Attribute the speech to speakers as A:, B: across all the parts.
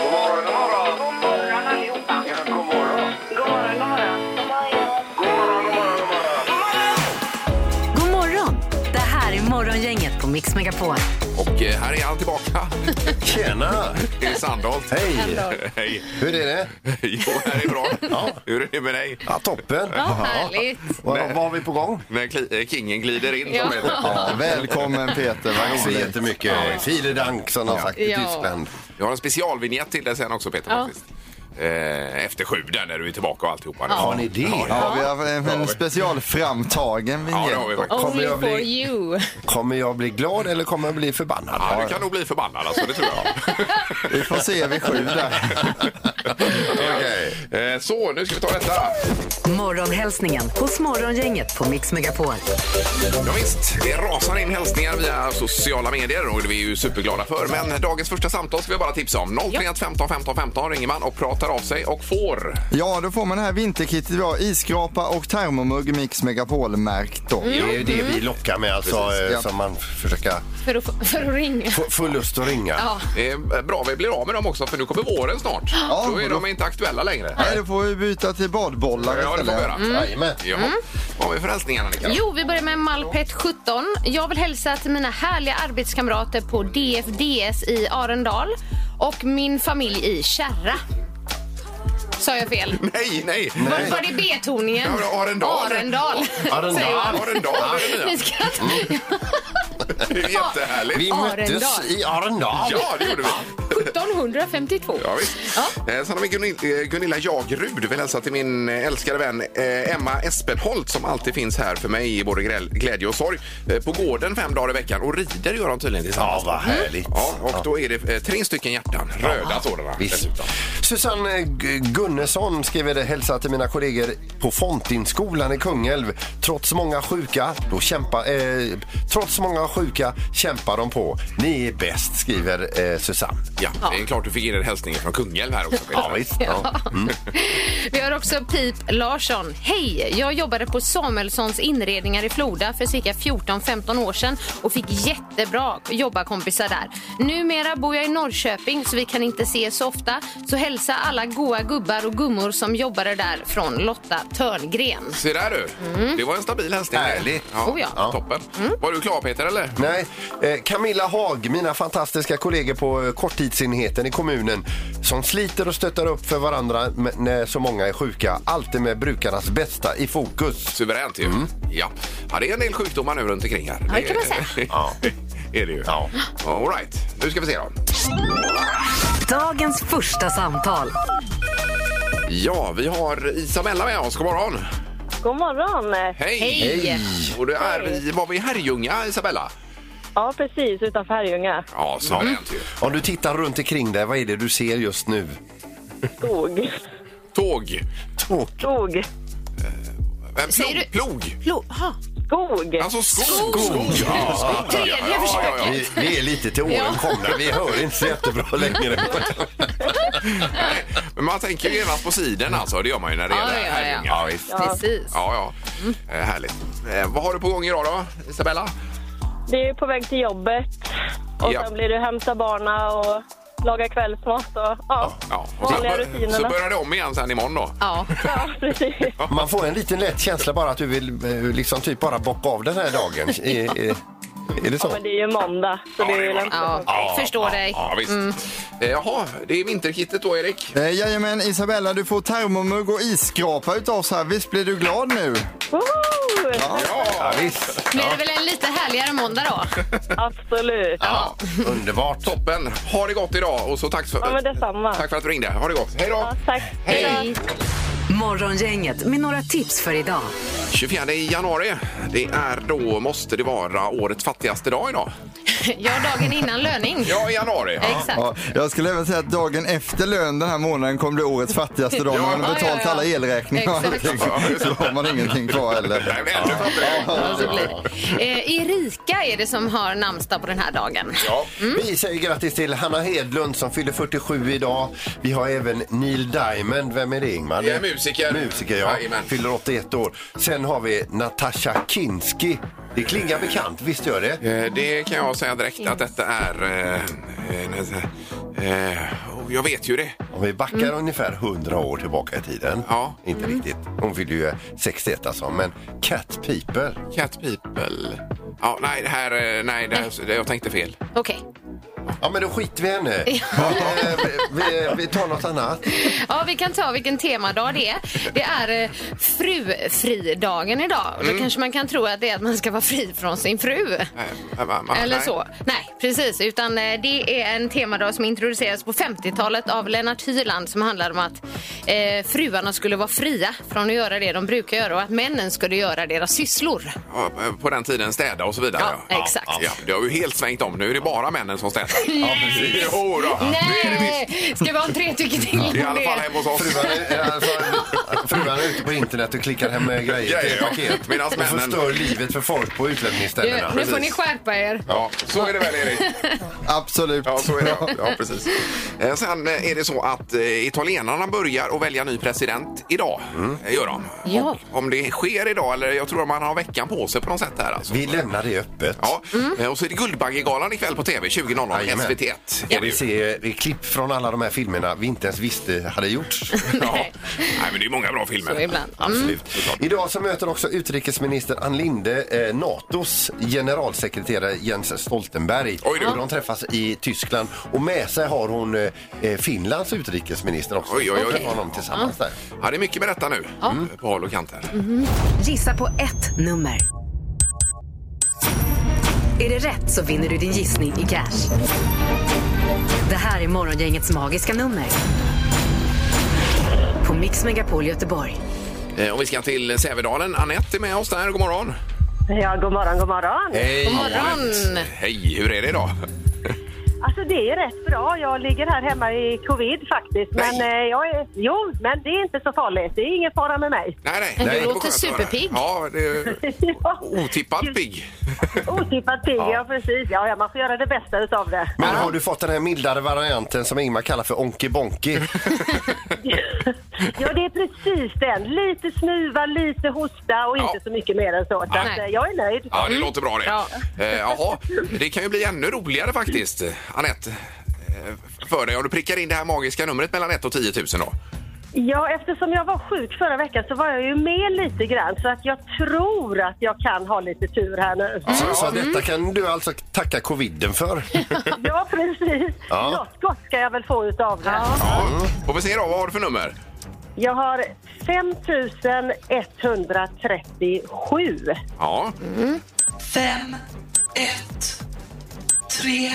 A: God morgon, god morgon.
B: God morgon allihopa.
A: Ja, god morgon.
B: God morgon, god morgon.
A: God morgon, god morgon, god morgon.
C: God morgon! Det här är Morgongänget på Mix Megapol.
D: Och eh, här är han tillbaka.
E: Tjena!
D: Erik Sandholt.
E: Hej!
D: Hej.
E: Hur är det?
D: Jo, här är bra. Hur är det med dig?
E: Ja, toppen!
F: Ja, härligt.
G: Vad, vad har vi på gång?
D: När kli- eh, kingen glider in.
F: Ja.
D: Som heter.
G: Ja, välkommen Peter,
E: Tack så
G: vad roligt.
E: jättemycket. Viele Dank som de har sagt i
F: Ja.
E: Tyskland.
D: Jag har en specialvinjett till dig sen också, Peter.
F: Ja.
D: Faktiskt. Eh, efter sju, där när du är tillbaka och alltihopa.
E: Har ni det?
G: Ja, vi har en,
D: har vi.
G: en specialframtagen
D: Ja,
G: vinjett.
D: det har vi faktiskt.
E: Kommer
F: Only
E: jag bli-
F: for you.
E: Kommer jag bli glad eller kommer jag bli förbannad?
D: Ja, du kan nog bli förbannad, alltså, det tror jag.
G: Vi får se vid sju där.
D: Okej. Eh, Så, nu ska vi ta detta.
C: Morgonhälsningen hos Morgongänget på Mix Megapol.
D: Ja, visst, det rasar in hälsningar via sociala medier och det är vi ju superglada för. Men dagens första samtal ska vi bara tipsa om. 031 15 15 15 ringer man och pratar av sig och får.
G: Ja, då får man det här vinterkittet vi har. Isskrapa och termomugg Mix Megapol-märkt då.
D: Mm.
E: Det är ju det vi lockar med alltså, eh,
G: ja.
E: som man försöker
F: För att, få- för att ringa.
E: få, få lust att ringa.
F: Ja.
D: Det är bra vi blir av med dem också för nu kommer våren snart.
G: Ja,
D: då är
G: och då-
D: de inte aktuella längre.
G: Nej, då får vi byta till badbollar
D: Ja, det får vi göra.
G: istället.
E: Mm.
F: Mm.
E: Jajamän.
D: Ja. Vad har vi för hälsningar, Annika?
F: Jo, vi börjar med Malpet 17. Jag vill hälsa till mina härliga arbetskamrater på DFDS i Arendal och min familj i Kärra. Sa jag fel?
D: Nej, nej!
F: Varför var det B-toningen?
D: Ja, men Arendal.
F: Arendal.
E: Arendal.
F: säger man.
D: Arendal är det
F: Ni
D: nya.
F: ska inte-
D: Mm. Det är jättehärligt.
E: Vi
F: Arendal.
E: möttes i Arendal.
D: Ja, det gjorde vi.
F: 1752.
D: Ja, visst. Eh, Sen har vi Gunilla, Gunilla Jagrud. Vill hälsa till min eh, älskade vän eh, Emma Espenholt som alltid finns här för mig i både gräl- glädje och sorg. Eh, På gården fem dagar i veckan och rider gör de tydligen
E: Ja,
D: tillsammans. Mm.
E: vad härligt.
D: Ja, och då är det eh, tre stycken hjärtan, röda sådana
E: Visst.
D: dessutom.
E: Susanne G- Gunnesson skriver det hälsa till mina kollegor på Fontinskolan i Kungälv. Trots många sjuka, då kämpa, eh, trots många sjuka kämpar de på. Ni är bäst, skriver eh, Susanne.
D: Ja, det är klart du fick in en hälsning från Kungälv här också. Peter.
E: Ja.
D: Mm.
F: Vi har också Pip Larsson. Hej! Jag jobbade på Samuelssons inredningar i Floda för cirka 14-15 år sedan och fick jättebra jobbarkompisar där. Numera bor jag i Norrköping så vi kan inte ses så ofta. Så hälsa alla goa gubbar och gummor som jobbade där från Lotta Törngren.
D: Se där du! Det var en stabil hälsning.
E: Härligt.
D: Mm. Ja, Mm.
F: Oh, ja.
D: Toppen. Var du klar Peter eller?
E: Nej, eh, Camilla Haag, mina fantastiska kollegor på eh, korttidsenheten i kommunen som sliter och stöttar upp för varandra med- när så många är sjuka. Alltid med brukarnas bästa i fokus.
D: Suveränt ju. Ja. ja, det är en del sjukdomar nu runt omkring här.
F: det kan man säga.
D: ja, är det ju. Ja. All right. nu ska vi se då.
C: Dagens första samtal.
D: Ja, vi har Isabella med oss. God morgon!
H: God morgon!
D: Hej!
F: Hej!
D: Och det är vi, var vi i Herrljunga, Isabella?
H: Ja, precis. Utanför Herrljunga.
D: Ja,
F: Mm.
D: suveränt ju.
E: Om du tittar runt omkring dig, vad är det du ser just nu?
H: Skog.
D: Tåg.
E: Tåg.
H: Skog.
D: En
F: Säger
D: plog.
F: du-
D: plog.
F: Lo- ha.
H: Skog.
D: Alltså skog. skog. Ja.
F: Tredje försöket.
E: Vi, vi är lite till åren komna. Vi hör inte så jättebra längre.
D: Men man tänker ju genast på siden alltså. Det gör man ju när det
F: Ja,
D: gäller
F: ja, ja.
D: Herrljunga. Ja, visst. Ja,
F: Precis. Mm.
D: ja. Eh, härligt. Eh, vad har du på gång idag då, Isabella?
H: Du är på väg till jobbet. Och
D: Ja.
H: sen blir du hämta barna och laga kvällsmat. Och, ja,
D: Ja. Och så,
H: vanliga
D: bör- så
H: rutinerna.
D: börjar det om igen sen imorgon då.
F: Ja.
H: Ja, precis.
E: Man får en liten lätt känsla bara att du vill eh, liksom typ bara bocka av den här dagen. Är, är, är det
H: Ja,
E: så?
H: men det är ju måndag, så
D: Ja,
H: det är
D: det är
H: ju lämpligt.
F: Ja, förstår dig. Mm.
D: Ja, visst. Eh, jaha, det är vinterkittet då, Erik.
G: Eh, jajamän, Isabella, du får termomugg och isskrapa utav så här. Visst blir du glad nu?
H: Woho!
D: Ja,
E: visst.
F: Blir det väl en lite härligare måndag då?
H: Absolut.
D: Ja,
E: Underbart.
D: toppen. Ha det gott idag och så tack för,
H: Ja, men detsamma.
D: tack för att du ringde. Ha det gott. Hej då!
H: Ja, tack.
D: Hej!
C: Morgongänget med några tips för idag.
D: 24 januari, det är då, måste det vara, årets fattigaste dag idag.
F: Ja, dagen innan löning.
D: Ja, i januari. Ja.
F: Exakt.
G: Ja, jag skulle även säga att dagen efter lön den här månaden kommer bli årets fattigaste dag. Man
D: Ja,
F: ja,
G: har betalt
F: ja.
G: alla elräkningar och
F: Exakt.
G: allting. Så har man ingenting kvar
D: Det här
G: heller.
D: blir ännu fattigare.
F: Ja, så blir det. Eh, Erika är det som har namnsdag på den här dagen.
D: Ja.
H: Mm.
E: Vi säger grattis till Hanna Hedlund som fyller 47 idag. Vi har även Neil Diamond. Vem är det, Ingmar?
D: Det är musiker.
E: Musiker, ja.
D: Jajamän.
E: Fyller 81 år. Sen har vi Natasha Kinski Det klingar bekant, visst gör det?
D: Eh, Det kan jag säga direkt att detta är... eh, eh, eh, oh, Jag vet ju det.
E: Om vi backar
H: Mm.
E: ungefär 100 år tillbaka i tiden.
D: Ja.
E: Inte riktigt. Hon fyllde ju 61 alltså. Men Cat Piper.
D: Cat people. Ja, nej, det här, eh, nej, det här, jag tänkte fel.
F: Okej.
E: Ja, men då skiter vi i henne. Eh, vi, vi, vi tar något annat.
F: Ja, vi kan ta vilken temadag det är. Det är eh, frufridagen idag. Och då
D: Mm.
F: kanske man kan tro att det är att man ska vara fri från sin fru.
D: Eh, eh, mamma,
F: Eller
D: nej.
F: så. Nej, precis. Utan eh, det är en temadag som introducerades på 50-talet av Lennart Hyland som handlar om att eh, fruarna skulle vara fria från att göra det de brukar göra och att männen skulle göra deras sysslor.
D: Ja, På den tiden städa och så vidare.
F: Ja, exakt.
D: Ja, det har ju helt svängt om. Nu är det bara männen som städar.
E: Ja, precis.
D: Jo då. Det är det visst.
F: Nej! Ska vi ha en tre tycker till om
D: Det är i alla fall hemma hos oss.
E: Frugan är, alltså, frugan är ute på internet och klickar hem eh, grejer till
D: Grejer, ja.
E: paket.
D: Medan
E: och
D: männen-
E: förstör livet för folk på
F: Nu,
E: utlämningsställena.
F: nu får ni skärpa er.
D: Ja, så är det väl Erik?
G: Absolut.
D: Ja, så är det. Ja, precis. Eh, Sen eh, är det så att eh, italienarna börjar att välja ny president idag.
E: Mm.
D: Eh, Gör de.
F: Ja.
D: Och Om det sker idag, eller jag tror att man har veckan på sig på något sätt här alltså.
E: Vi lämnar det öppet.
D: Ja,
F: Mm.
D: eh, och så är det Guldbaggegalan ikväll på TV 20.00
E: Jajamän.
D: SVT1.
E: Ska vi se eh, klipp från alla de här filmerna vi inte ens visste hade gjorts.
D: Ja. Nej, men det är ju många bra filmer.
F: Så ibland. Mm.
E: Absolut. Idag så möter också utrikesminister Ann Linde eh, Natos generalsekreterare Jens Stoltenberg.
D: Oj då.
E: Och De träffas i Tyskland och med sig har hon eh, eh, Finlands utrikesminister också.
D: Oj, oj, oj.
E: De träffar honom tillsammans där.
D: Ja, det är mycket med detta nu, mm. på håll och kanter.
C: Gissa på ett nummer. Är det rätt så vinner du din gissning i cash. Det här är Morgongängets magiska nummer. På Mix Megapol Göteborg.
D: Eh, Och vi ska till Sävedalen. Anette är med oss där. God morgon!
H: Ja, god morgon, god morgon.
E: Hej!
F: God morgon!
D: Hej! Hur är det idag?
H: Alltså det är rätt bra. Jag ligger här hemma i covid faktiskt. Men
D: Nej.
H: eh, jag är... Jo, men det är inte så farligt. Det är ingen fara med mig.
D: Nej, nej.
F: Men du
D: nej, det var
F: låter
D: skönt att höra.
F: superpigg.
D: Ja, det är
H: Ja.
D: otippat pigg.
H: Otippat pigg, ja. precis. Ja, ja, man får göra det bästa utav det.
E: Men har du fått den här mildare varianten som Ingmar kallar för Onky Bonky?
H: ja, det är precis den. Lite snuva, lite hosta och
D: Ja.
H: inte så mycket mer än så. så
F: Nej.
H: att, eh, jag är nöjd.
D: Ja, det låter bra det.
F: Bra.
D: Eh, jaha, det kan ju bli ännu roligare faktiskt, Anette. Eh, För dig, om du prickar in det här magiska numret mellan 1 och 10 000 då.
H: Ja, eftersom jag var sjuk förra veckan så var jag ju med lite grann. Så att jag tror att jag kan ha lite tur här nu.
E: Så, så detta kan du alltså tacka coviden för.
H: Ja, precis.
E: Ja.
H: Något gott ska jag väl få utav det.
D: Ja. Får vi se då, vad har du för nummer?
H: Jag har 5137.
D: Ja,
I: fem ett tre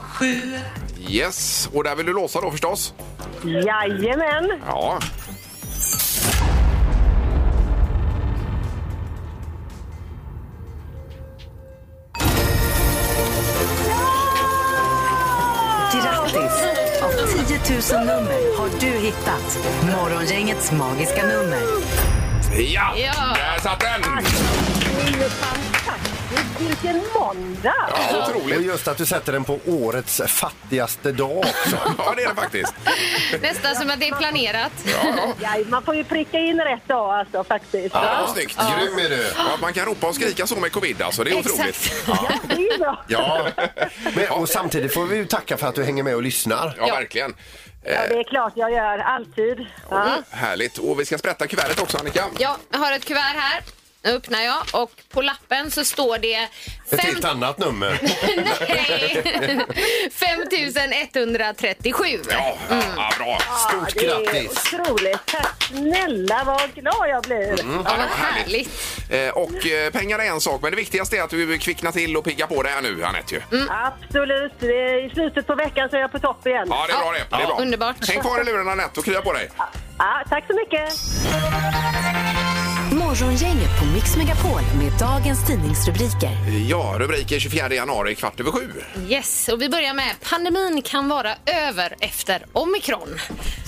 I: sju
D: yes. Och där vill du låsa då förstås?
H: Jajamän!
D: Ja.
C: Grattis! Av 10 000 nummer har du hittat Morgongängets magiska nummer.
D: Ja,
F: Ja.
D: där satt den!
H: Vilken måndag!
D: Ja,
E: Och
D: otroligt.
E: just att du sätter den på årets fattigaste dag också.
D: Ja, det är det faktiskt.
F: Nästan som att det är planerat.
H: Ja, man får ju pricka in rätt dag alltså faktiskt.
D: Ja,
H: Ja.
D: snyggt.
E: Grym är du!
D: Ja, att man kan ropa och skrika så med covid, alltså. Det är otroligt.
F: Exakt.
H: Det är ju bra.
E: Ja, Men, och samtidigt får vi ju tacka för att du hänger med och lyssnar.
D: Ja,
F: Ja.
D: verkligen. Eh.
H: Ja, det är klart jag gör. Alltid.
D: Mm.
H: Ja.
D: Härligt. Och vi ska sprätta kuvertet också, Annika.
F: Ja, jag har ett kuvert här. Nu öppnar jag och på lappen så står det
E: Ett
F: fem-
E: helt annat nummer.
F: Nej. 5137.
D: Ja, ja bra.
E: Stort
H: Det är
E: grattis!
H: otroligt. Tack snälla vad glad jag blir.
D: Mm.
F: Ja, vad
D: härligt.
F: härligt.
D: Eh, Och eh, pengar är en sak, men det viktigaste är att du kvicknar till och piggar på det här nu, Anette. ju.
H: Mm. Absolut. Det är I slutet på veckan så är jag på topp igen.
D: Ja, det är bra det. det är
F: Ja,
D: bra.
F: underbart.
D: Häng kvar i luren, Anette, och krya på dig.
H: Ja, tack så mycket.
C: Morgongänget på Mix Megapol med dagens tidningsrubriker.
D: Ja, rubriken 24 januari, kvart över sju,
F: Yes, och vi börjar med pandemin kan vara över efter omikron.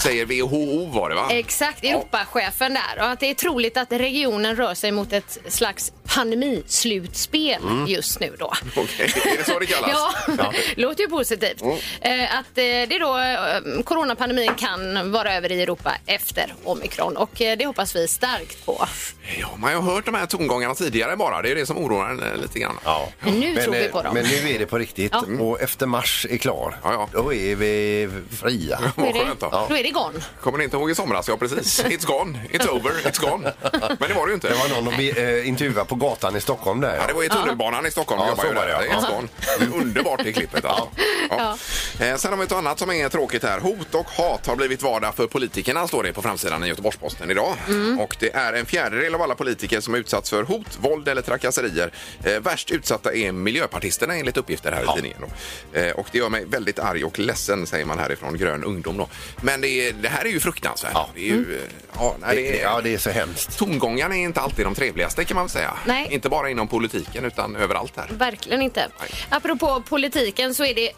D: säger WHO var det, va?
F: Exakt, Europachefen där. Och att det är troligt att regionen rör sig mot ett slags pandemislutspel just nu då.
D: Mm. Okej, är det så det kallas? Mm.
F: ja, låter ju positivt. Eh, att eh, det då, eh, coronapandemin kan vara över i Europa efter omikron och eh, det hoppas vi starkt på.
D: Ja, man har hört de här tongångarna tidigare bara. Det är det som oroar en eh, lite grann.
E: Ja.
F: Men nu tror vi
E: eh,
F: på dem.
E: Men nu är det på riktigt
F: Ja.
E: och efter mars är klar,
D: Ja, ja.
E: då är vi fria.
F: Då är
D: Vad skönt
F: det,
D: då.
F: då är det igång.
D: Kommer ni inte ihåg i somras? Ja, precis. It's gone, it's over, it's gone. Men det var det ju inte.
E: Det var någon att vi, eh, intervjua på gatan i Stockholm där.
D: Ja, det var ju tunnelbanan i Stockholm.
E: Ja,
D: jobbar
E: så
D: ju
E: var
D: där.
E: det,
D: är
E: ja.
D: Stockholm. Det är underbart i klippet. Alltså. Ja. Eh, Sen har vi ett annat som är tråkigt här. Hot och hat har blivit vardag för politikerna, står det på framsidan i Göteborgs-Posten idag.
E: Mm.
D: Och det är en fjärdedel av alla politiker som utsatts för hot, våld eller trakasserier. Eh, Värst utsatta är miljöpartisterna enligt uppgifter här i tidningen. då. Eh, Och det gör mig väldigt arg och ledsen, säger man härifrån Grön Ungdom. Då. Men det, är, det här är ju fruktansvärt.
E: Ja. Mm.
D: Det är ju, eh, ja, nej,
E: Det-
D: det är,
E: Ja, det är så hemskt.
D: Tongångarna är inte alltid de trevligaste kan man väl säga.
F: Nej.
D: Inte bara inom politiken utan överallt här.
F: Verkligen inte.
D: Nej.
F: Apropå politiken så är det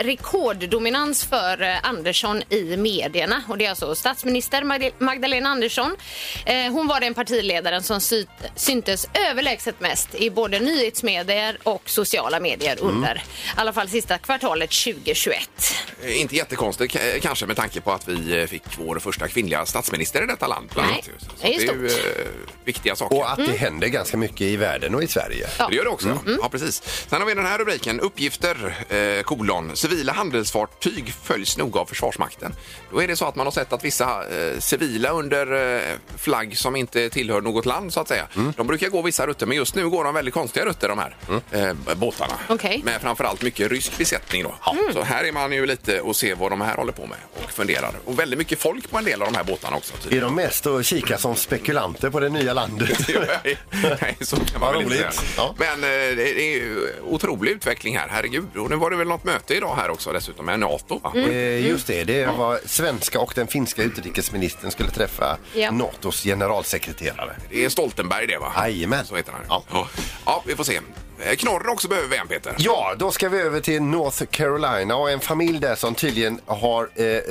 F: rekorddominans för eh, Andersson i medierna. Och det är alltså statsminister Magde- Magdalena Andersson. Eh, Hon var den partiledaren som sy- syntes överlägset mest i både nyhetsmedier och sociala medier
E: Mm.
F: under i alla fall sista kvartalet 2021.
D: Eh, Inte jättekonstigt k- eh, kanske med tanke på att vi eh, fick vår första kvinnliga statsminister i detta land. bland
F: Nej,
D: annat. Så
F: det är
D: det är ju
F: stort.
D: eh, viktiga saker.
E: Och att
F: Mm.
E: det händer ganska mycket i världen och i Sverige.
F: Ja. Mm.
D: Det gör det också. ja. Ja, precis. Sen har vi den här rubriken. Uppgifter, eh, kolon. Civila handelsfartyg följs noga av Försvarsmakten. Då är det så att man har sett att vissa eh, civila under eh, flagg som inte tillhör något land, så att säga.
F: Mm.
D: De brukar gå vissa rutter, men just nu går de väldigt konstiga rutter, de här eh, båtarna.
F: Mm. Okej. Mm.
D: Med framförallt mycket rysk besättning. Då. Så här är man ju lite och ser vad de här håller på med och funderar. Och väldigt mycket folk på en del av de här båtarna också. tydligen.
E: Är de mest att kika som spekulanter på det nya landet?
D: Nej, nej, så kan man
E: Vad
D: väl inte
E: roligt.
D: säga.
E: Ja.
D: Men eh, det är ju otrolig utveckling här, herregud. Och nu var det väl något möte idag här också dessutom med NATO va?
E: Eh, Just det, det var svenska och den finska utrikesministern skulle träffa
F: Ja.
E: Natos generalsekreterare.
D: Det är Stoltenberg det va?
E: Jajamän.
D: Så heter han.
E: Ja.
D: Ja. ja, vi får se. Eh, Knorren också behöver vi en Peter.
E: Ja, då ska vi över till North Carolina och en familj där som tydligen har eh, eh,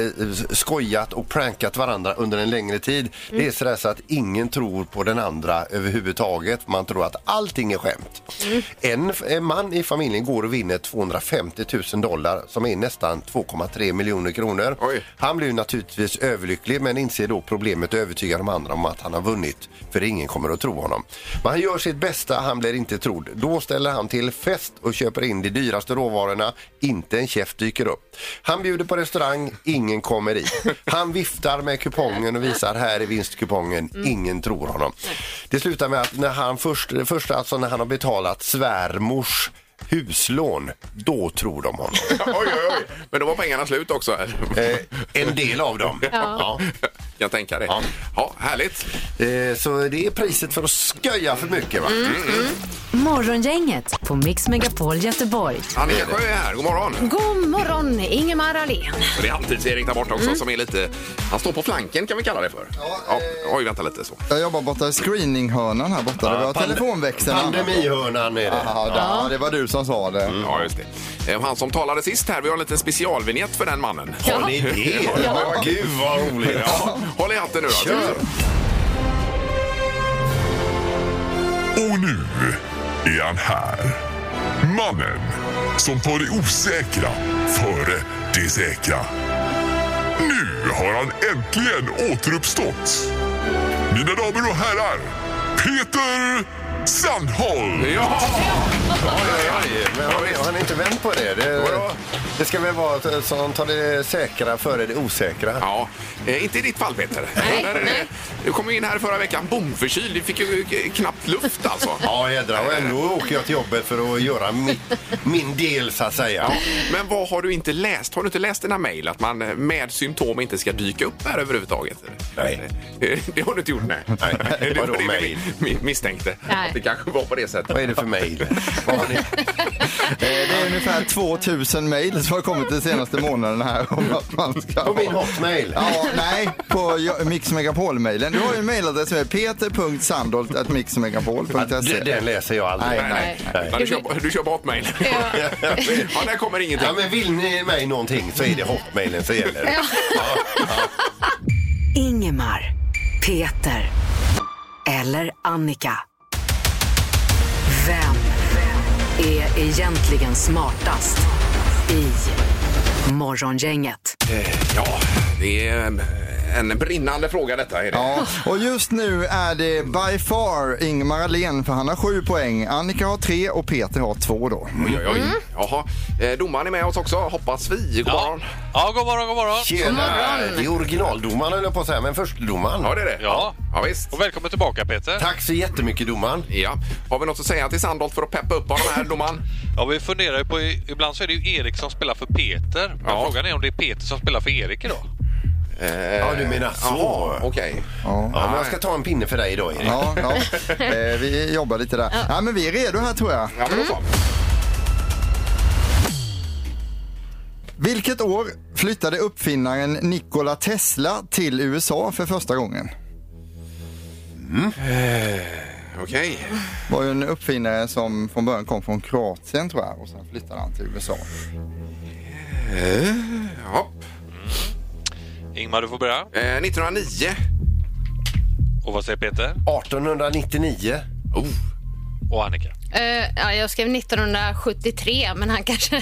E: skojat och prankat varandra under en längre tid.
D: Mm.
E: Det är sådär så att ingen tror på den andra överhuvudtaget. Man tror att allting är skämt.
D: Mm.
E: En, f- en man i familjen går och vinner 250 000 dollar som är nästan 2,3 miljoner kronor.
D: Oj.
E: Han blir naturligtvis överlycklig men inser då problemet och övertygar de andra om att han har vunnit för ingen kommer att tro honom. Men han gör sitt bästa, han blir inte trodd. Då ställer han till fest och köper in de dyraste råvarorna. Inte en chef dyker upp. Han bjuder på restaurang, ingen kommer dit. Han viftar med kupongen och visar här är vinstkupongen. Ingen tror honom. Det slutar med att när han först, först alltså när han har betalat svärmors huslån, då tror de honom.
D: oj, oj, oj. Men då var pengarna slut också. eller?
E: Eh, en del av dem. Ja.
D: Jag tänker det. Ja.
E: Ja.
D: härligt.
E: Eh, Så det är priset för att sköja för mycket va?
C: Morgongänget på Mix Megapol Göteborg.
D: Annika Sjö är här, god morgon.
F: God morgon, Ingemar Ahlén.
D: Och det är halvtids-Erik där borta också som är lite... Han står på flanken kan vi kalla det för. Mm. Ja, eh, Oj, vänta lite så.
G: Jag jobbar borta i screeninghörnan här borta. där vi har
E: pand-
G: telefonväxeln.
E: Pandemihörnan är det.
G: Ja, där- det var du som sa
E: Mm.
G: det.
D: Ja, just det. Eh, och Han som talade sist här, vi har en liten specialvignett för den mannen.
E: Har ni det?
D: Ja.
E: Gud vad roligt.
D: Ja, håll i hatten nu då.
E: Kör.
J: Och nu är han här. Mannen som tar det osäkra före det säkra. Nu har han äntligen återuppstått. Mina damer och herrar, Peter Sandholm!
D: Ja!
E: Men har ni, har ni inte vänt på det?
D: Vadå?
E: Det, det ska väl vara att som tar det säkra före det osäkra.
D: Ja, eh, inte i ditt fall Peter.
F: Nej,
D: Där är det-
F: nej.
D: Du kom ju in här förra veckan bomförkyld. Du fick ju eh, knappt luft alltså.
E: Ja, jädrar. Och ändå åker jag till jobbet för att göra min, min del så att säga.
D: Men vad har du inte läst? Har du inte läst dina mejl att man eh, med symptom inte ska dyka upp här överhuvudtaget?
E: Nej.
D: Eh, Det har du inte gjort, nej.
E: Nej,
D: Det var
E: vadå
D: det vi
E: mejl?
D: mi- misstänkte.
F: Nej.
D: Att det kanske var på det sättet.
E: Vad är det för mejl? Vad har ni-
G: Eh, Det är ungefär 2000 mejl som har kommit de senaste månaderna här. Om att man ska
E: På min
G: ha-
E: hotmail?
G: Ja, nej, på jo- Mix Megapol-mejlen. Du har ju en mejladress som är
E: Ja,
G: peter.sandolt.mixmegapol.se.
E: d- Den läser jag aldrig.
G: Nej,
F: nej.
D: Ja, Du kör, du kör bort mejl.
F: Ja.
D: Ja, där kommer ingenting.
E: Ja, men vill ni mig någonting så är det hotmailen som gäller.
C: Ingemar, Peter eller Annika. Vem är egentligen smartast i Morgongänget?
D: Ja, det är en, en brinnande fråga detta. Är det?
G: Ja, och just nu är det by far Ingmar Ahlén för han har sju poäng. Annika har tre och Peter har två då.
D: Oj, oj, oj.
F: Mm.
D: Jaha. Eh, Domaren är med oss också, hoppas vi. God morgon.
K: Ja, god morgon, god morgon.
E: Tjena! Det är originaldomaren höll jag på att säga, men förstdomaren.
D: Ja, det är det.
K: Ja.
D: ja visst.
K: Och välkommen tillbaka Peter.
E: Tack så jättemycket domaren.
D: Ja. Har vi något att säga till Sandholt för att peppa upp honom här, domaren?
K: Ja, vi funderar ju på, ibland så är det ju Erik som spelar för Peter. Men
D: Ja.
K: frågan är om det är Peter som spelar för Erik idag.
E: Ja, du menar så.
D: Eh, Jaha, okej.
E: Ja, men jag ska ta en pinne för dig idag Erik.
G: Ja, ja. Eh, vi jobbar lite där. Ja, men vi är redo här tror jag.
D: Ja, men då så.
G: Vilket år flyttade uppfinnaren Nikola Tesla till USA för första gången?
D: Okej.
G: var ju en uppfinnare som från början kom från Kroatien tror jag och sen flyttade han till USA.
D: Ja.
K: Ingmar, du får börja.
D: Eh, 1909.
F: Mm.
K: Och vad säger Peter?
E: 1899.
D: Oh.
K: Och Annika?
F: Eh, ja, jag skrev 1973, men han kanske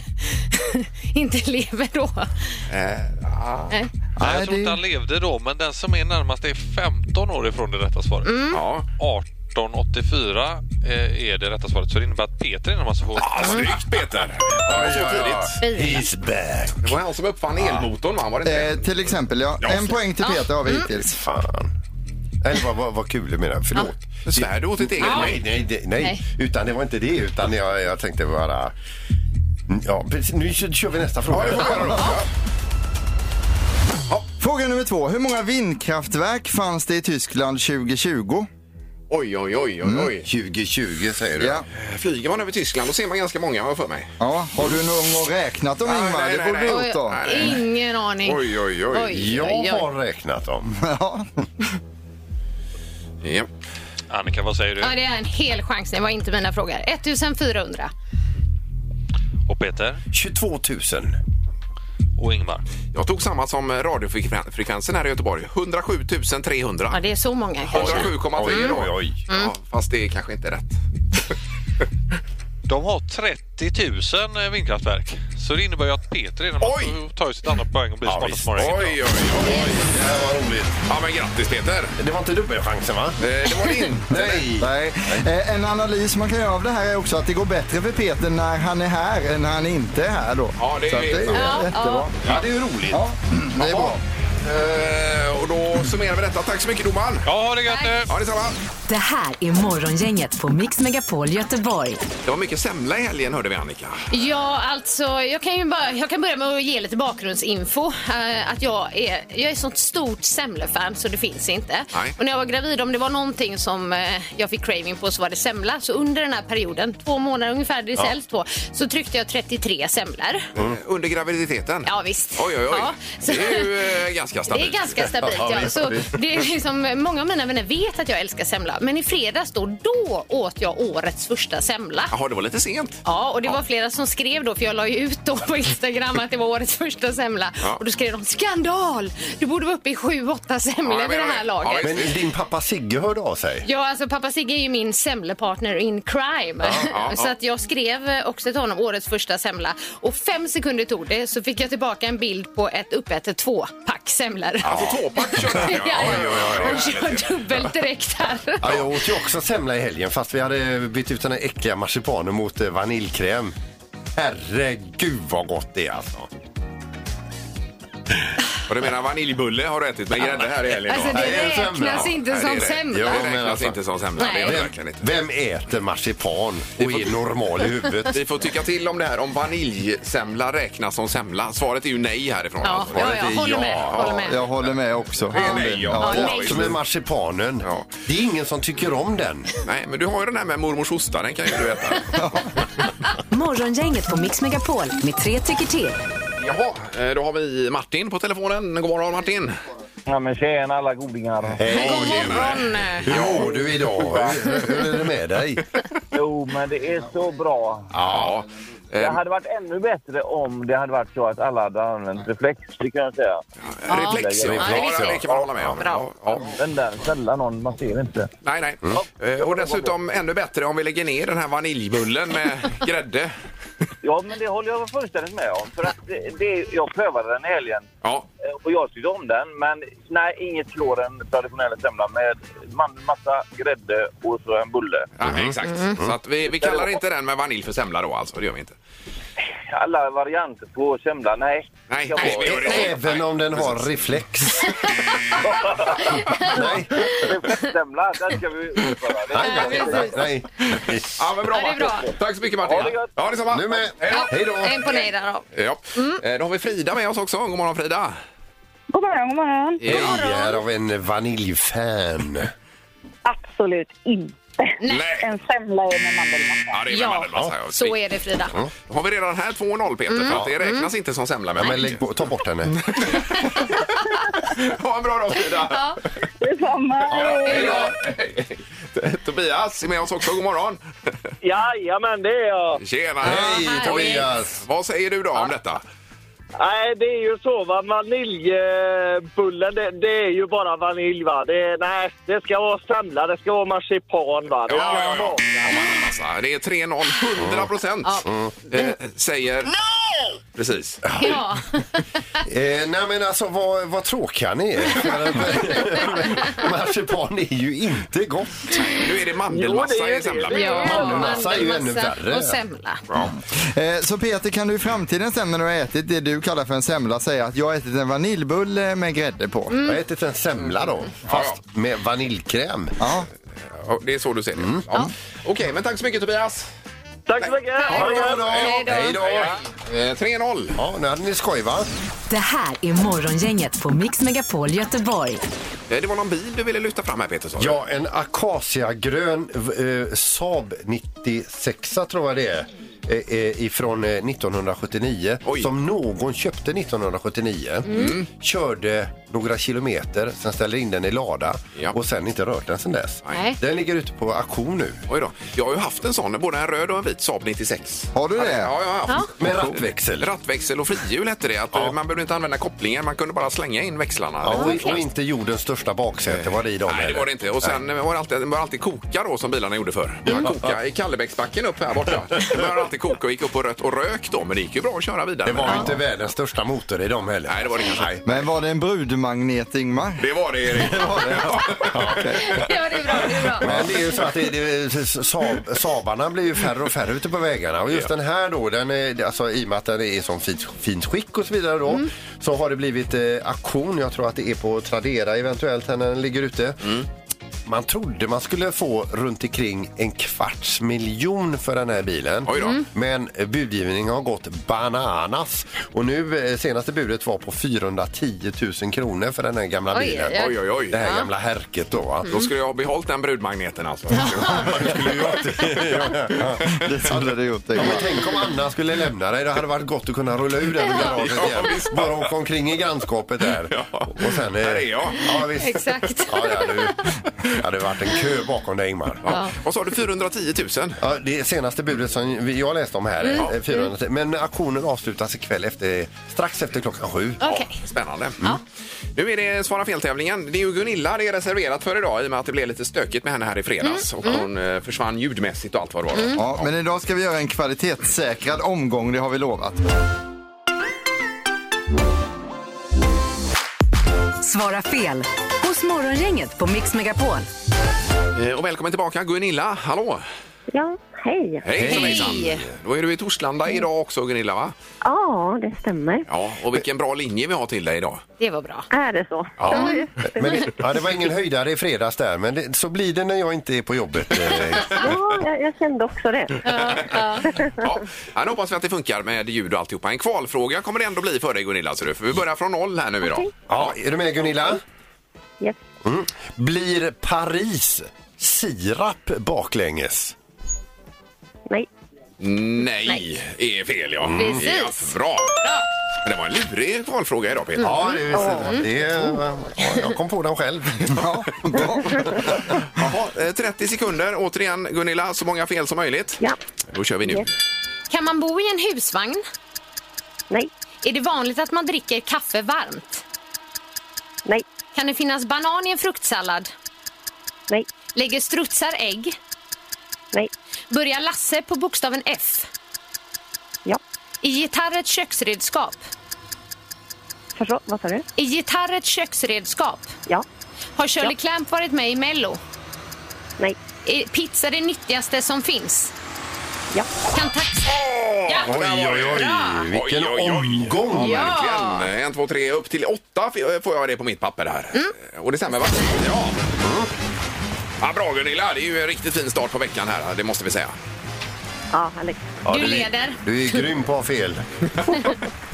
F: inte lever då.
E: Eh, ah.
F: Eh. Nej.
K: Nej,
G: det-
K: jag tror inte han levde då, men den som är närmast är 15 år ifrån det rätta svaret.
D: Ja.
K: 1884 eh, är det rätta svaret, så det innebär att Peter är närmast får...
D: Ah, snyggt Peter! Ja, det, var tidigt.
E: He's back.
D: det var han som uppfann elmotorn va? Var det inte
G: Eh, till exempel, ja.
D: Ja,
G: En
D: så-
G: poäng till Peter har vi hittills.
E: Fan. Eller vad, vad, vad kul jag menar. Förlåt.
D: det? Svär du åt ditt eget
E: Nej,
D: nej?
E: nej, det- nej,
F: Nej.
E: Utan det var inte det. Utan jag, jag tänkte bara... Ja, precis. nu kör kör vi nästa fråga.
G: Fråga nummer två. Hur många vindkraftverk fanns det i Tyskland 2020?
D: Oj, oj, oj, oj, oj.
E: 2020 säger du.
G: Ja.
D: Eh, Flyger man över Tyskland då ser man ganska många har jag för mig.
G: ja. Har du någon gång räknat dem
D: Nej,
G: Ingmar?
D: nej,
G: Det
D: nej,
G: borde du
D: nej.
G: gjort då.
D: Nej.
F: Ingen aning.
D: Oj, oj, oj.
F: Oj, oj,
E: Jag
F: oj.
E: har räknat dem.
G: Ja.
D: Ja.
K: Annika, vad säger du?
F: Ja, det är en hel chans. Det var inte mina frågor. 1400.
K: Och Peter?
E: 22 000.
K: Och Ingmar?
D: Jag tog samma som eh, radiofrekvensen här i Göteborg. 107 300.
F: Ja, det är så många kanske.
D: 107,3 då. Ja, fast det är kanske inte rätt.
K: De har 30 000 eh, vindkraftverk. Så det innebär ju att Peter är närmast
D: Oj!
K: och tar ju sitt andra poäng och blir smartast morgon.
D: Oj, oj, oj.
E: Det här var roligt.
D: Ja, men grattis Peter.
E: Det var inte dubbelchansen va?
D: Eh, det var det inte.
E: Nej.
G: Nej. Eh, En analys man kan göra av det här är också att det går bättre för Peter när han är här än när han inte är här då.
D: Ja, det är
G: Så att det
D: sant.
G: är
F: Ja,
G: jättebra.
E: Ja, det är ju roligt.
G: Ja, Mm, det är bra.
D: Eh, och då summerar vi detta. Tack så mycket domaren.
K: Ja, ha det gött nu!
D: Ja, detsamma.
C: Det här är Morgongänget på Mix Megapol Göteborg.
D: Det var mycket semla i helgen hörde vi Annika.
F: Ja, alltså, jag kan, ju bara, jag kan börja med att ge lite bakgrundsinfo. Eh, att jag är, jag är sånt stort semlefan så det finns inte.
D: Nej.
F: Och när jag var gravid, om det var någonting som eh, jag fick craving på så var det semla. Så under den här perioden, två månader ungefär, det är säljs två, så tryckte jag 33 semlor.
D: Eh, Under graviditeten.
F: Ja, visst.
D: Oj, oj, oj.
F: Ja, så-
D: Det är ju eh, ganska
F: Det
D: stabilt.
F: är ganska stabilt.
E: Ja,
F: Ja.
E: visst.
F: Så det är liksom, många av mina vänner vet att jag älskar semla, men i fredags då, då åt jag årets första semla.
D: Jaha, det var lite sent.
F: Ja, och det var flera som skrev då, för jag la ju ut då på Instagram att det var årets första semla.
D: Ja.
F: Och då skrev de skandal! Du borde vara uppe i sju, åtta semlor
D: Ja, jag
F: vid det
D: menar
F: här
D: det. Ja,
F: laget.
E: Men din pappa Sigge hörde av sig.
F: Ja, alltså pappa Sigge är ju min semlepartner in crime.
D: ja,
F: så
D: ja.
F: att jag skrev också till honom årets första semla. Och fem sekunder tog det, så fick jag tillbaka en bild på ett uppätet tvåpack semlor.
D: Alltså tvåpack körde han.
F: Ja,
D: Ja, oj, oj, oj,
F: Och kör dubbelt direkt här.
E: Ja, jag åt ju också semla i helgen fast vi hade bytt ut den här äckliga marsipanen mot eh, vaniljkräm. Herregud vad gott det är alltså.
D: Och du menar vaniljbulle har du ätit med grädde här i helgen? då?
F: Alltså
E: det är
F: det
E: en semla.
F: räknas inte
D: Nej, det är
F: som
D: det.
F: semla.
D: Ja,
E: Ja,
D: det
E: men
D: räknas
E: alltså.
D: inte som semla. Det
F: Nej.
D: gör det
E: Vem,
D: verkligen inte.
E: vem äter marsipan och är normal i huvudet?
D: Vi får tycka till om det här om vaniljsemla räknas som semla. Svaret är ju nej härifrån.
F: Ja,
D: alltså.
F: ja,
D: Svaret är
F: ja, håller med. Håller med.
G: Jag håller med också.
D: är nej, ja.
E: Ja, Bort med marsipanen.
D: Ja.
E: Det är ingen som tycker om den.
D: Nej, men du har ju den här med mormors hosta, den kan ju du äta.
C: Morgongänget på Mix Megapol med tre tycker till.
D: Jaha, eh, då har vi Martin på telefonen. God morgon Martin!
L: Ja, men tjena alla godingar.
E: Hej,
F: God morgon!
E: Hur mår du idag? Hur- Hur är det med dig?
L: Jo, men det är så bra.
D: Ja. Ehm,
L: Det hade varit ännu bättre om det hade varit så att alla hade använt reflex, det kan jag säga.
D: Reflex, ja. Ja, det kan man hålla med om. Ja, ja.
L: Den där sällan någon, man ser inte.
D: Nej, nej. Eh, Och dessutom ännu bättre om vi lägger ner den här vaniljbullen med grädde.
L: Ja, men det håller jag fullständigt med om. För att det, det, jag prövade den i helgen
D: Ja.
L: Eh, och jag tyckte om den. Men nej, inget slår den traditionella semlan med man- massa grädde och så en bulle.
D: Ja, Exakt. Så att vi, vi kallar inte den med vanilj för semla då alltså, det gör vi inte.
L: Alla varianter på semla, nej.
D: Nej,
L: Jag
D: nej,
L: var-
D: vi gör det.
E: Även om den har reflex.
L: Reflexsemla, den ska vi utföra. Det är-
E: Nej, nej, nej. nej.
D: Ja, men bra.
F: Ja, det är bra.
D: Tack så mycket Martin.
L: Ha det gött.
D: Ja, detsamma.
E: Du med.
D: Hej då.
E: Hej då.
F: Imponerad av.
D: Ja. Eh, Då har vi Frida med oss också. God morgon Frida.
H: God morgon, god morgon.
E: Hej, här har vi en vaniljfan.
H: Absolut inte.
D: Nej.
H: En semla är med mandelmassa.
D: Ja, det är alltså. väl
F: Ja,
D: mandelmassa, ja.
F: så är det Frida.
D: Då har vi redan här 2-0 Peter, för att det räknas inte som semla med
E: Ja, men
D: vanilj.
E: lägg på, ta bort henne.
D: Ha en bra dag Frida.
F: Ja.
H: Detsamma.
D: Hej då. Hej. Tobias är med oss också. God morgon.
L: Jajamän, det är jag.
D: Tjena.
E: Hej
F: hej.
E: Tobias!
D: Vad säger du då om detta?
L: Nej, det är ju så va. Vaniljbullen, det, det är ju bara vanilj va. Det, nej, det ska vara semla, det ska vara marsipan va. Det ska vara
D: Ja, mandelmassa. Det är 3-0. 100 procent eh, säger... Precis.
F: Ja.
E: Eh, nej men alltså vad, vad tråkiga ni är. För- Marsipan alltså, är ju inte gott.
D: Nu är det mandelmassa
L: Jo, det är
D: i semlan.
L: det.
F: Ja,
E: Mandelmassa är ju ännu
F: mandelmassa
E: värre.
F: Och semla.
G: Eh, Så Peter, kan du i framtiden sen när du har ätit det du kallar för en semla säga att jag har ätit en vaniljbulle med grädde på?
E: Jag har ätit en semla då, fast med vaniljkräm.
G: Ja.
D: Ja, det är så du ser det.
E: Mm.
D: Ja. Okej, men tack så mycket Tobias.
L: Tack så mycket!
E: Ha det bra då!
F: Hej då.
E: Hej då!
D: Eh, 3-0.
E: Ja, nu hade ni skoj va?
C: Det här är Morgongänget på Mix Megapol Göteborg.
D: Eh, Det var någon bil du ville lyfta fram här Peter. sa du.
E: Ja, en akaciagrön eh, Saab 96 tror jag det är. eh, eh, Ifrån eh, 1979
D: Oj. Mm.
E: som någon köpte 1979. Körde några kilometer, sen ställde in den i lada
D: Ja.
E: och sen inte rört den sen dess.
F: Nej.
E: Den ligger ute på auktion nu.
D: Oj då. Jag har ju haft en sån, både en röd och en vit Saab 96.
G: Har du det?
D: Ja, jag har haft.
E: Med rattväxel.
D: Rattväxel och frihjul hette det. Att eh, Man behövde inte använda kopplingen, man kunde bara slänga in växlarna.
E: Ja, och, och inte jordens största baksäte var det i dem.
D: Nej, det
E: eller?
D: var det inte. Och sen var det alltid, man var alltid koka då som bilarna gjorde förr. Man koka i Kallebäcksbacken upp här borta. Man var alltid koka och gick upp och rött och rök då. Men det gick ju bra att köra vidare.
E: Det var
D: med.
E: ju inte världens största motor i dem heller.
D: Nej, det var det kanske inte.
G: Men var det en brudmagnet Ingmar?
D: Det var det, Erik.
F: Ja, det är bra. Det är bra.
E: Men det är ju så att det, det, Saab, Saabarna blir ju färre och färre ute på vägarna. Och just
D: Ja.
E: den här då, den är, alltså, i och med att den är i sån fint, fint skick och så vidare då,
F: Mm.
E: så har det blivit eh, auktion. Jag tror att det är på Tradera eventuellt här när den ligger ute.
F: Mm.
E: Man trodde man skulle få runt omkring en kvarts miljon för den här bilen.
D: Oj då.
F: Mm.
E: Men budgivningen har gått bananas. Och nu eh, senaste budet var på 410 000 kronor för den här gamla
F: Oj,
E: bilen.
F: ja. Mm.
D: Oj, oj, oj.
E: Det här gamla härket då. Va?
D: Då skulle jag ha behållit den brudmagneten alltså.
G: Det skulle du gjort
E: Ja, men
G: Ingmar.
E: tänk om Anna skulle lämna dig. Det hade varit gott att kunna rulla ur den ur garaget
D: Ja,
E: igen.
D: visst.
E: Bara åka omkring i grannskapet där.
D: Ja.
E: Och sen, eh,
D: Här är jag.
E: Ja, visst.
F: Exakt.
E: Ja, det, hade, ju- det hade varit en kö bakom dig, Ingmar. Ja.
D: Vad sa du? 410 000?
E: det senaste budet som vi- jag läste om här, mm. 400, men auktionen avslutas ikväll efter, strax efter klockan sju.
F: Okej.
D: Spännande. Mm. Nu är det Svara fel-tävlingen. Det är ju Gunilla det är reserverat för idag i och med att det blev lite stökigt med henne här i fredags och hon eh, försvann ljudmässigt och allt vad det var. då.
G: Ja, men idag ska vi göra en kvalitetssäkrad omgång, det har vi lovat.
C: Svara fel hos Morgongänget på Mix Megapol.
D: Eh, Och välkommen tillbaka Gunilla. Hallå!
H: Ja, hej.
D: Hej! hejsan. Då är du i Torslanda idag också Gunilla va?
H: Ja, det stämmer.
D: Ja, och vilken bra linje vi har till dig idag.
F: Det var bra.
H: Är det så?
E: Ja. Men det, ja, det var ingen höjdare i fredags där, men det, så blir det när jag inte är på jobbet. eh.
H: Ja, jag, jag kände också det.
D: Ja, ja, nu hoppas vi att det funkar med ljud och alltihopa. En kvalfråga kommer det ändå bli för dig Gunilla, så du får vi börja från noll här nu idag.
E: Ja, är du med Gunilla?
H: Yes.
E: Blir Paris sirap baklänges?
H: Nej,
D: Nej, är fel ja.
F: Precis.
D: Ja, bra. Men Det var en lurig valfråga idag Peter.
E: Ja, det, är- det, är- ja, jag kom på den själv.
D: Jaha, eh, 30 sekunder återigen Gunilla, så många fel som möjligt. Ja. Då kör vi nu.
F: Kan man bo i en husvagn? Nej. Är det vanligt att man dricker kaffe varmt? Nej. Kan det finnas banan i en fruktsallad? Nej. Lägger strutsar ägg? Nej. Börjar Lasse på bokstaven F? Ja. Är gitarr ett köksredskap?
H: Förstå, vad sa du?
F: Är gitarr ett köksredskap?
H: Ja.
F: Har Shirley
H: Ja.
F: Clamp varit med i Mello? Nej. Är pizza det nyttigaste som finns? Ja. Kan tax... Ja.
D: Oj, oj, oj. Vilken omgång! Ja. Verkligen. En, två, tre, upp till åtta f- får jag det på mitt papper här. Och det stämmer va? Ja. ja. Bra Gunilla, det är ju en riktigt fin start på veckan här, det måste vi säga.
H: Ja, Alex.
F: du leder.
E: Du är grym på att ha fel.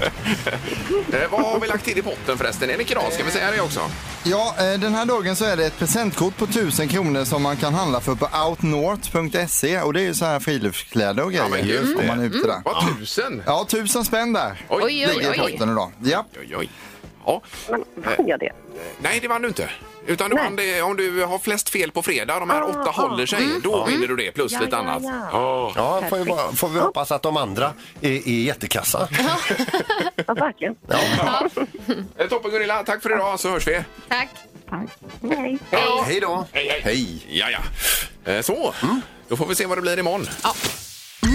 D: Eh, Vad har vi lagt till i potten förresten? Är det idag? Ska vi säga det också?
G: Ja, eh, den här dagen så är det ett presentkort på 1000 kronor som man kan handla för på outnorth.se och det är ju så här friluftskläder och grejer.
D: men just
G: Om man är
D: det.
G: ute där.
D: Vad tusen?
G: Ja, tusen spänn där.
D: Oj, oj, oj.
G: Ligger i potten idag. Ja.
D: Oj, oj. Ja.
H: vann jag det?
D: Nej, det vann du inte. Utan du vann det, om du har flest fel på fredag, de här åtta håller sig, då vinner du det plus
H: Ja,
D: lite
H: ja,
D: annat.
H: ja.
E: Ja, får, ju bara, får vi hoppas att de andra är, är jättekassa.
H: Ja, verkligen.
D: Eh, Toppen Gunilla, tack för idag så hörs vi.
F: Tack.
H: Nej.
E: Hej då! Mm.
D: Hej, hej. Ja, ja. Eh, Så, då får vi se vad det blir imorgon.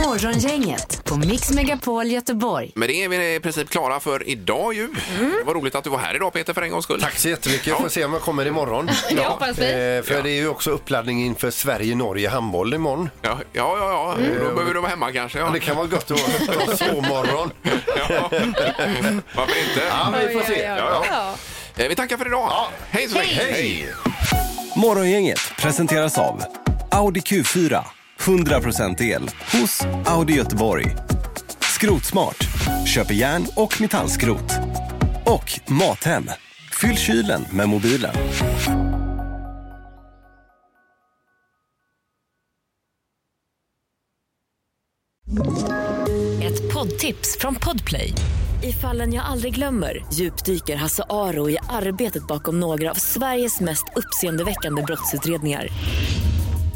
C: Morgongänget på Mix Megapol Göteborg.
D: Men det är vi i princip klara för idag ju. Det var roligt att du var här idag Peter för en gångs skull.
E: Mm. Tack så jättemycket. Får se om jag kommer imorgon.
F: Det hoppas vi.
E: Eh, för det är ju också uppladdning inför Sverige-Norge handboll imorgon.
D: Ja, ja, ja. ja. Då behöver du vara hemma kanske. Ja.
E: Mm. Ja, det kan vara gott att vara sovmorgon.
D: Ja. Varför inte?
E: Ja, vi får se.
D: Ja, ja. Eh, Vi tackar för idag. Hej så länge.
E: Hej.
M: Morgongänget presenteras av Audi Q4. 100% el hos Audi Göteborg. Skrotsmart. Köper järn och metallskrot. Och Mathem. Fyll kylen med mobilen.
N: Ett poddtips från Podplay. I fallen jag aldrig glömmer djupdyker Hasse Aro i arbetet bakom några av Sveriges mest uppseendeväckande brottsutredningar.